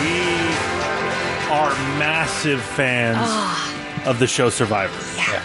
We are massive fans Ah. of the show Survivor.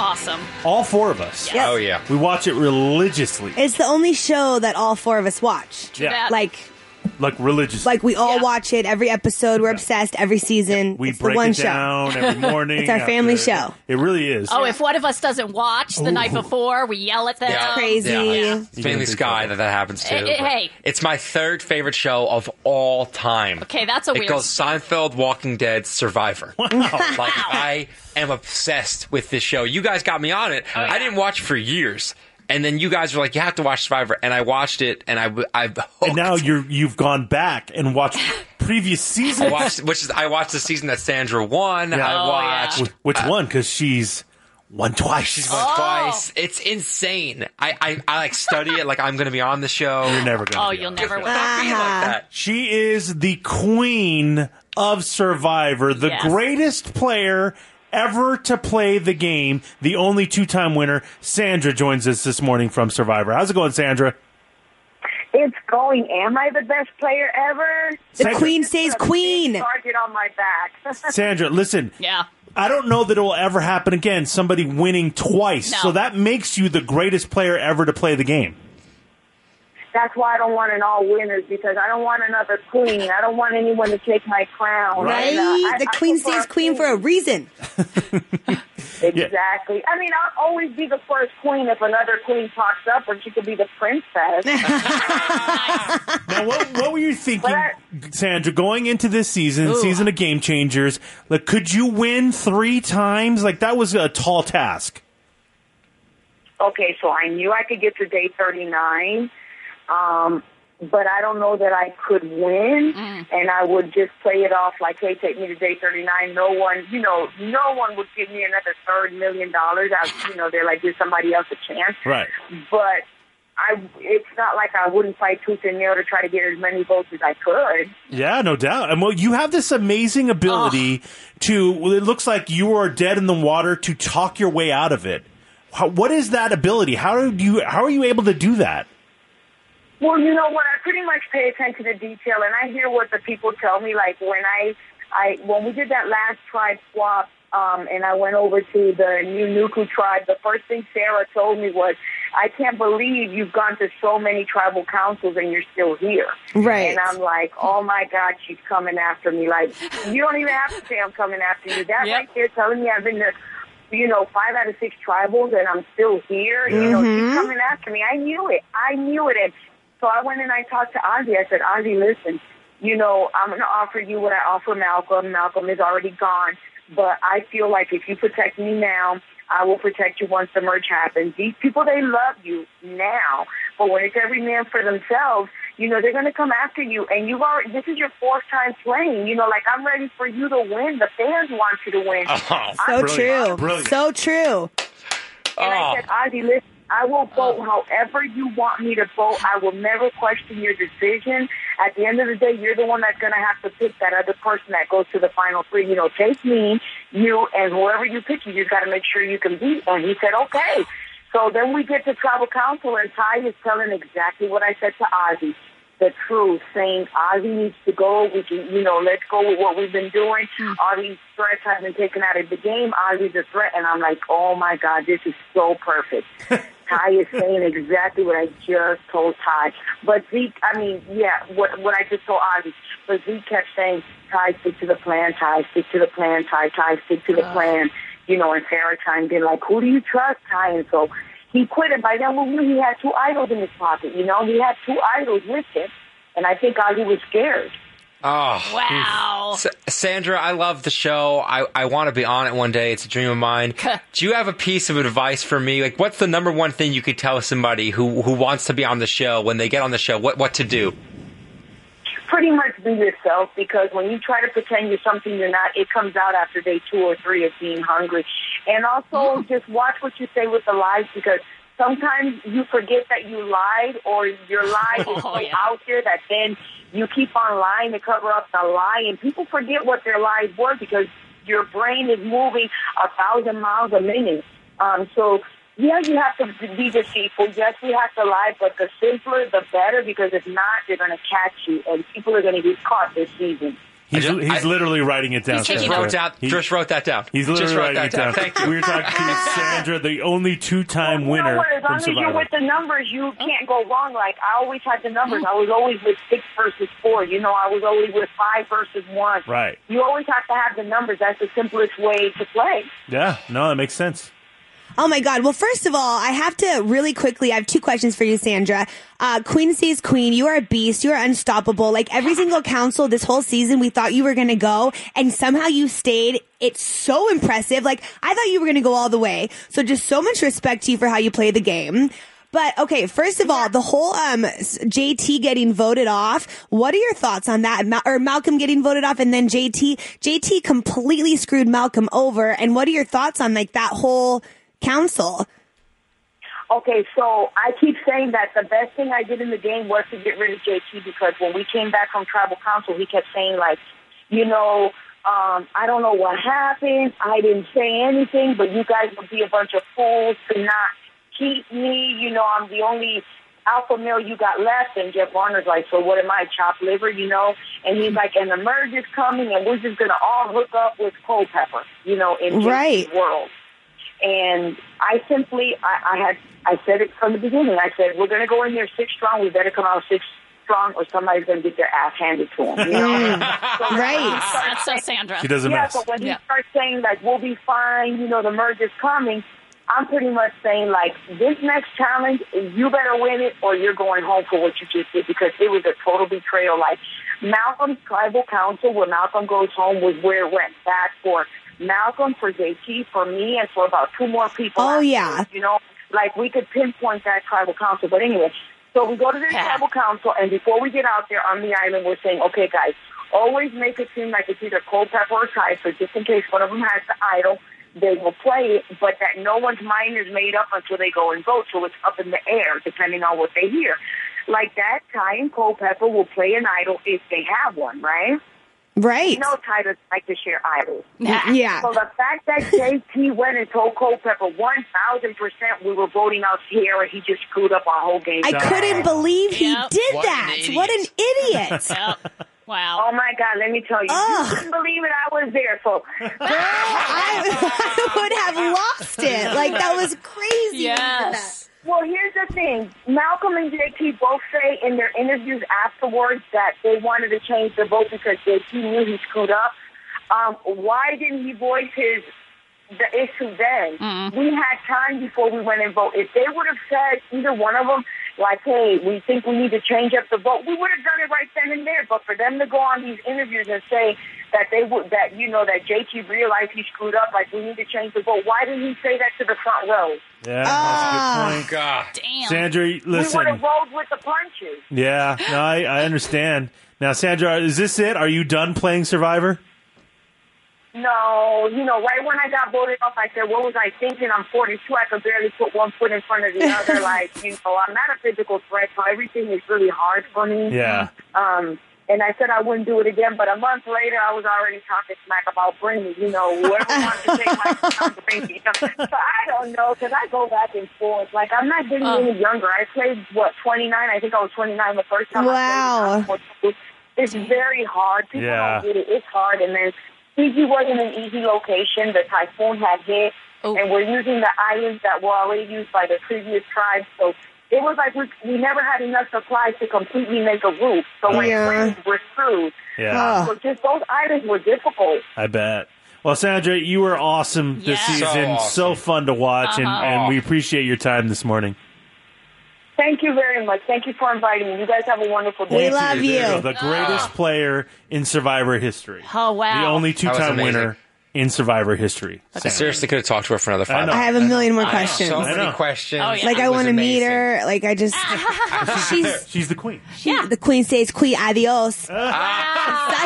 Awesome. All four of us. Oh yeah. We watch it religiously. It's the only show that all four of us watch. that. Like Like religiously. like we all Yeah. watch it every episode. We're obsessed every season. we it's break the one it show. down every morning. It's our family show. It really is. Oh, if one of us doesn't watch the night before, we yell at them. Yeah. Crazy. Yeah, yeah. It's You Family gotta be Sky careful. that that happens to. Eh, eh, but hey. it's my third favorite show of all time. Okay, that's a it weird. goes Seinfeld, Walking Dead, Survivor. Wow. like I am obsessed with this show. You guys got me on it. I didn't watch it for years, and then you guys were like, "You have to watch Survivor," and I watched it, and I w- I've hooked. and now you're you've gone back and watched previous I seasons. watched, which is I watched the season that Sandra won. Oh, I yeah. watched Wh- Which one? Because she's won twice. She's one twice. It's insane. I, I I like study it like I'm going to be on the show. You're never gonna. oh, be you'll on. never win. Don't be like that. She is the queen of Survivor, the Yes. greatest player ever to play the game, the only two-time winner. Sandra joins us this morning from Survivor. How's it going, Sandra? It's going. Am I the best player ever? The Sandra- queen stays queen. Target on my back. Sandra, listen. Yeah. I don't know that it will ever happen again. Somebody winning twice, No. so that makes you the greatest player ever to play the game. That's why I don't want an all winners because I don't want another queen. I don't want anyone to take my crown. Right? And, uh, I- the I queen prefer stays queen for a reason. Exactly. I mean, I'll always be the first queen if another queen pops up, or she could be the princess. Now, what, what were you thinking, But- Sandra, going into this season, season of Game Changers? Like, could you win three times? Like, that was a tall task. okay, so I knew I could get to day 39, um, but I don't know that I could win. And I would just play it off like, hey, take me to day 39. No one, you know, no one would give me another third million dollars. I, you know, they're like, give somebody else a chance. Right. But I, it's not like I wouldn't fight tooth and nail to try to get as many votes as I could. Yeah, no doubt. And well, you have this amazing ability to. Well, it looks like you are dead in the water to talk your way out of it. How, what is that ability? How do you? How are you able to do that? Well, you know what? I pretty much pay attention to detail, and I hear what the people tell me. Like when I, I when we did that last tribe swap, um, and I went over to the new Nuku tribe. The first thing Sarah told me was, "I can't believe you've gone to so many tribal councils and you're still here." Right. And I'm like, "Oh my God, she's coming after me!" Like you don't even have to say I'm coming after you. That Yep. right there telling me I've been to. You know, five out of six tribals, and I'm still here. You know, she's coming after me. I knew it. I knew it. And so I went and I talked to Ozzy. I said, Ozzy, listen, you know, I'm going to offer you what I offer Malcolm. Malcolm is already gone, but I feel like if you protect me now, I will protect you once the merge happens. These people, they love you now, but when it's every man for themselves, you know, they're going to come after you. And you've already, this is your fourth time playing. You know, like, I'm ready for you to win. The fans want you to win. Oh, So true. Brilliant. So true. And I said, Ozzy, listen, I will vote however you want me to vote. I will never question your decision. At the end of the day, you're the one that's going to have to pick that other person that goes to the final three. You know, take me, you, and whoever you pick, you just got to make sure you can beat. And he said, okay. So then we get to tribal council, and Ty is telling exactly what I said to Ozzy. The truth, saying Ozzy needs to go. We can, you know, let's go with what we've been doing. Hmm. All these threats have been taken out of the game. Ozzy's a threat, and I'm like, oh my god, this is so perfect. Ty is saying exactly what I just told Ty. But Zeke, I mean, yeah, what what I just told Ozzy. But Zeke kept saying, Ty, stick to the plan. Ty, stick to the plan. Ty, Ty, stick to the plan. You know, and Sarah chimed in like, who do you trust, Ty? And so he quit, and by then we knew he had two idols in his pocket. You know, he had two idols with him, and I think Ozzy was scared. Wow. S- Sandra, I love the show. I, I want to be on it one day. It's a dream of mine. Do you have a piece of advice for me? Like, what's the number one thing you could tell somebody who, who wants to be on the show when they get on the show? What what to do? pretty much be yourself because when you try to pretend you're something you're not, it comes out after day two or three of being hungry. And also just watch what you say with the lies because sometimes you forget that you lied or your lie is so Oh, yeah. out there that then you keep on lying to cover up the lie and people forget what their lies were because your brain is moving a thousand miles a minute. Um, so yeah, you have to be deceitful. Yes, we have to lie, but the simpler, the better, because if not, they're going to catch you, and people are going to get caught this season. He's, I don't- he's I- literally writing it down. He's Just taking Sandra. wrote, down, He- just wrote that down. He's literally just wrote writing that it down. down. Thank you. We were talking to Sandra, the only two-time Well, you know winner what? As from long as Survivor. you're with the numbers, you can't go wrong. Like I always had the numbers. I was always with six versus four. You know, I was always with five versus one. Right. You always have to have the numbers. That's the simplest way to play. yeah, no, that makes sense. Oh my God. Well, first of all, I have to really quickly, I have two questions for you, Sandra. Uh, queen stays queen. You are a beast. You are unstoppable. Like every single council this whole season, we thought you were going to go and somehow you stayed. It's so impressive. Like I thought you were going to go all the way. So just so much respect to you for how you play the game. But okay, first of all, the whole um s- JT getting voted off. What are your thoughts on that? Ma- or Malcolm getting voted off, and then JT JT completely screwed Malcolm over. And what are your thoughts on like that whole council? Okay, so I keep saying that the best thing I did in the game was to get rid of JT because when we came back from tribal council, he kept saying like, you know, um, I don't know what happened. I didn't say anything, but you guys would be a bunch of fools to not keep me. You know, I'm the only alpha male you got left. And Jeff Warner's like, so what am I, chop liver, you know? And he's like, and the merge is coming and we're just going to all hook up with cold pepper, you know, in Right. this world. And I simply, I, I had, I said it from the beginning. I said, we're going to go in there six strong. We better come out six strong, or somebody's going to get their ass handed to them. You know? So when Right. Ah. he starts That's so Sandra. She doesn't yeah, mess. so when Yeah. he starts saying like we'll be fine, you know, the merge is coming, I'm pretty much saying like this next challenge, you better win it or you're going home for what you just did because it was a total betrayal. Like Malcolm's tribal council where Malcolm goes home was where it went back for Malcolm, for JT, for me, and for about two more people. Oh, yeah. afterwards, you know, like we could pinpoint that tribal council. But anyway, so we go to the Yeah. tribal council, and before we get out there on the island, we're saying, okay, guys, always make it seem like it's either cold pepper or Thai, so just in case one of them has to idle, they will play it, but that no one's mind is made up until they go and vote, so it's up in the air, depending on what they hear. Like that, Ty and Cold Pepper will play an idol if they have one, right? Right. You know Ty doesn't like to share idols. Yeah. So the fact that JT went and told Culpepper 1,000% we were voting out Sierra, he just screwed up our whole game. I couldn't believe he Yep. did What an that. idiot. what an idiot. Yep. Wow. Oh my God! Let me tell you, Ugh. you couldn't believe it. I was there, so I, I would have lost it. Like that was crazy. when he did that. Yes. Well, here's the thing. Malcolm and JT both say in their interviews afterwards that they wanted to change the vote because JT knew he screwed up. Um, why didn't he voice his the issue then? We had time before we went and voted. If they would have said either one of them, like, "Hey, we think we need to change up the vote," we would have done it right then and there. But for them to go on these interviews and say that they would that you know that JT realized he screwed up, like we need to change the vote. Why didn't he say that to the front row? Yeah, that's a good point. Ah. God. Damn. Sandra, We would listen. have rolled with the punches. Yeah, no, I, I understand. Now, Sandra, is this it? Are you done playing Survivor? No, you know, right when I got voted off, I said, what was I thinking? I'm 42. I could barely put one foot in front of the other. like, you know, I'm not a physical threat, so everything is really hard for Mm-hmm. me. Yeah. Um, and I said I wouldn't do it again, but a month later, I was already talking smack about Brittany. You know, whoever wants to take my I'm Brittany. So I don't know, because I go back and forth. Like, I'm not getting Uh. any younger. I played, what, 29? I think I was 29 the first time I Wow. played. Wow. It's very hard. People Yeah. don't get it. It's hard. And then Fiji wasn't an easy location. The typhoon had hit, Oh. and we're using the islands that were already used by the previous tribes. So it was like we, we never had enough supplies to completely make a roof. So when Yeah. yeah. we're through, Yeah, so just those islands were difficult. I bet. Well, Sandra, you were awesome this Yeah. season. So So, awesome. Uh-huh. fun to watch, and, and we appreciate your time this morning. Thank you very much. Thank you for inviting me. You guys have a wonderful day. We love you. So the Ah. greatest player in Survivor history. Oh, wow. The only was two-time amazing. winner in Survivor history. I seriously could have talked to her for another five. know. I have a million more questions. So I many know. questions. Oh, yeah. Like It I was want to meet amazing. her. Like I just she's She's the queen. Yeah. Oh. the queen says queen adios.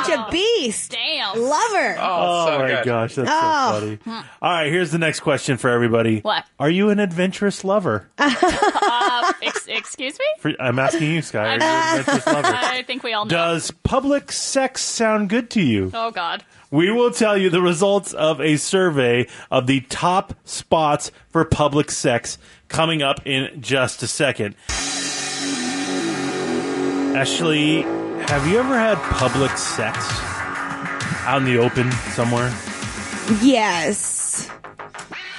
Such a beast. Damn. Love her. Oh, so my good. gosh, that's Oh. so funny. All right, here's the next question for everybody. What? Are you an adventurous lover? Uh, ex- excuse me? For- I'm asking you, Sky. Are you an adventurous lover? I think we all know. Does public sex sound good to you? Oh, God. We will tell you the results of a survey of the top spots for public sex coming up in just a second. Ashley, have you ever had public sex out in the open somewhere? Yes.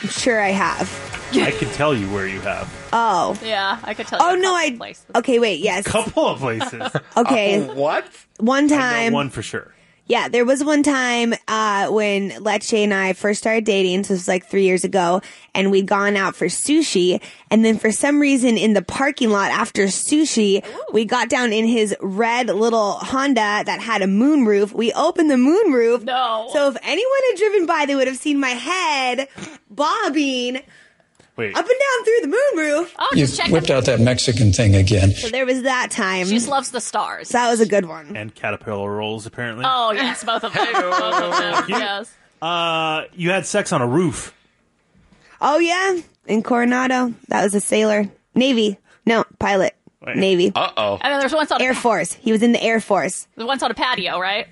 I'm sure I have. I can tell you where you have. Oh. Yeah, I could tell you. Oh a no, couple I places. Okay, wait, yes. Couple of places. Okay. What? One I know time one for sure. Yeah, there was one time uh, when Leche and I first started dating. So this was like three years ago, and we'd gone out for sushi, and then for some reason in the parking lot after sushi, we got down in his red little Honda that had a moonroof. We opened the moonroof. No. So if anyone had driven by, they would have seen my head bobbing up Wait. and down through the moonroof. Oh, You just check whipped the- out that Mexican thing again. So there was that time. She just loves the stars. that was a good one. And caterpillar rolls, apparently. oh, yes, both of them. both of them. Yes. Uh, you had sex on a roof. Oh yeah, in Coronado, that was a sailor, Navy. No, pilot, Navy. Uh oh. And then there's once on, Air Force. He was in the Air Force a, once on a patio, right?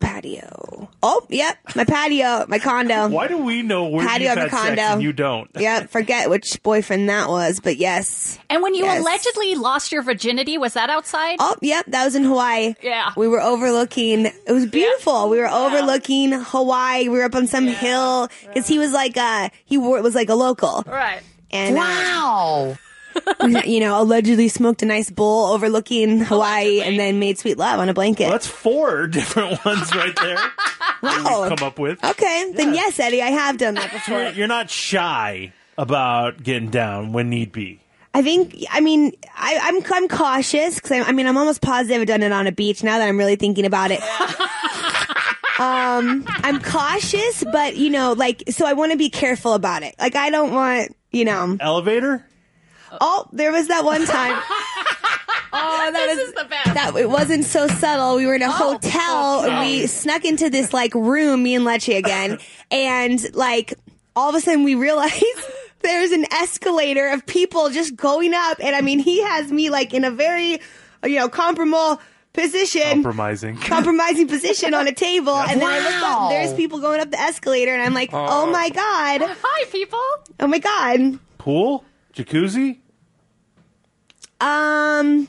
patio. Oh, yep, my patio, my condo. Why do we know where you Patio of a had sex condo. and you don't? Yep, forget which boyfriend that was, but yes. And when you Yes. allegedly lost your virginity, was that outside? Oh, yep, that was in Hawaii. Yeah. We were overlooking, it was beautiful. We were overlooking Hawaii. We were up on some hill because he was like, uh, he wore, was like a local. Right. And, wow. you know, allegedly smoked a nice bowl overlooking Hawaii and then made sweet love on a blanket. Well, that's four different ones right there. wow. Come up with. Okay, then yes, Eddie, I have done that before. You're not shy about getting down when need be. I think. I mean, I, I'm I'm cautious because I, I mean I'm almost positive I've done it on a beach. Now that I'm really thinking about it, um, I'm cautious, but you know, like, so I want to be careful about it. Like, I don't want, you know. Elevator? Oh, there was that one time. Oh, that was the best. Oh, that. It wasn't so subtle. We were in a hotel. and We snuck into this like room, me and Lecce again, and like all of a sudden we realized there's an escalator of people just going up, and I mean he has me like in a very, you know, comparable position Compromising. compromising position on a table, and then I look up, there's people going up the escalator, and I'm like, oh, my god, Hi, people. oh my god. Pool? Jacuzzi? Um,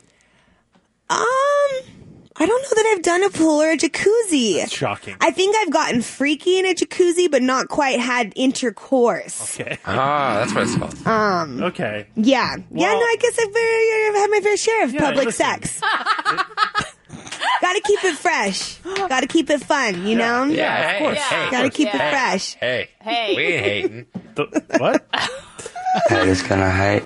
um, I don't know that I've done a pool or a jacuzzi. Shocking. I think I've gotten freaky in a jacuzzi, but not quite had intercourse. Ah, that's what it's called. okay. Yeah, yeah. Well- No, I guess I've, very, I've had my fair share of public listen. sex. Got to keep it fresh. Got to keep it fun. You know. Yeah, hey, hey, Got to keep it Yeah. fresh. hey, Hey. we ain't hating. The- what? I just gonna hate.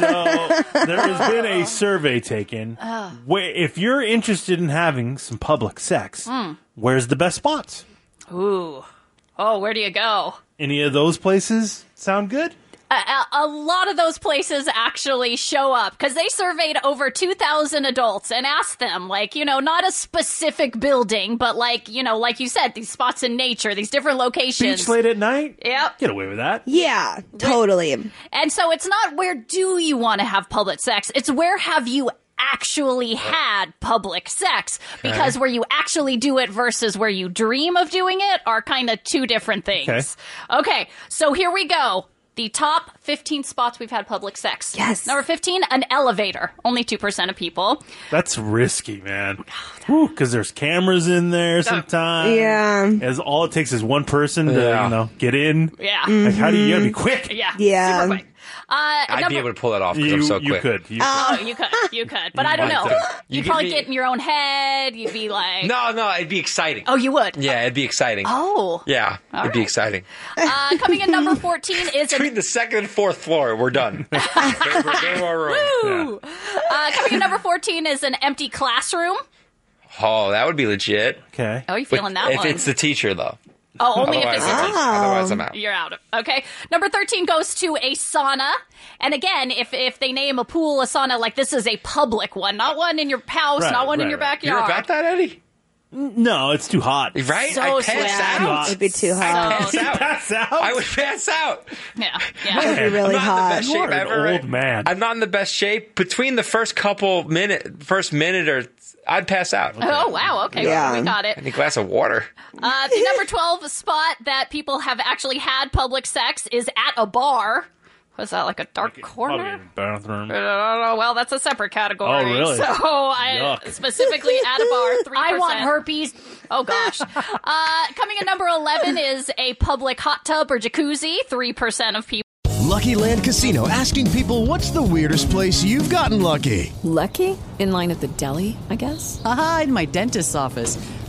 So, there has been a survey taken. Ah. Where, if you're interested in having some public sex, Hmm. where's the best spots? Ooh. Oh, where do you go? Any of those places sound good? a, a lot of those places actually show up because they surveyed over 2,000 adults and asked them, like, you know, not a specific building, but like, you know, like you said, these spots in nature, these different locations. Beach late at night? Yep. Get away with that. Yeah, totally. And so it's not where do you want to have public sex, it's where have you actually had public sex because where you actually do it versus where you dream of doing it are kind of two different things. Okay. so here we go. The top 15 spots we've had public sex. Yes. Number 15, an elevator. Only 2% of people. That's risky, man. Because there's cameras in there sometimes. Yeah. As all it takes is one person to Yeah. you know get in. Yeah. Like, how do you, you gotta be quick? Yeah. Mm. Yeah. Super quick. Uh, I'd number- be able to pull that off because You, I'm so you quick. could. You Oh, you could, you could, but I don't know. might do. You You'd give probably me- get in your own head. You'd be like, No, no, it'd be exciting. oh, you would. Yeah, it'd be exciting. Oh, Yeah, it'd be exciting. uh, coming in number fourteen is an Between the second and fourth floor, we're done. We're- we're- we're all ruined. Ooh. Uh, coming in number 14 is an empty classroom. Oh, that would be legit. could. Okay. Oh, you feeling that if one? it's the teacher, though. oh, only if Otherwise, it's Oh. I'm a out. Otherwise, I'm out. You're out. Okay. Number 13 goes to a sauna. And again, if if they name a pool a sauna, like this is a public one, not one in your house, Right, not one in right, your right. You're backyard. about that, Eddie? No, it's too hot. Right? So I pass sad. out. It'd be too hot. Pass out. Pass out. Oh. I would pass out. yeah. Yeah. It'd be really I'm not in the hot. best You shape are an ever. old man. I'm not in the best shape. Between the first couple minute, first minute or I'd pass out. Oh, wow. Okay. Yeah. We got I it. need a glass of water. Uh, the number 12 spot that people have actually had public sex is at a bar. Was that like a dark Probably corner? in the bathroom. Uh, well, that's a separate category. Oh, really? So I Yuck. specifically at a bar. 3%. I want herpes. Oh gosh. Uh, coming in number eleven is a public hot tub or jacuzzi. Three percent of people. Lucky Land Casino asking people what's the weirdest place you've gotten lucky? Lucky? In line at the deli, I guess? Aha, in my dentist's office.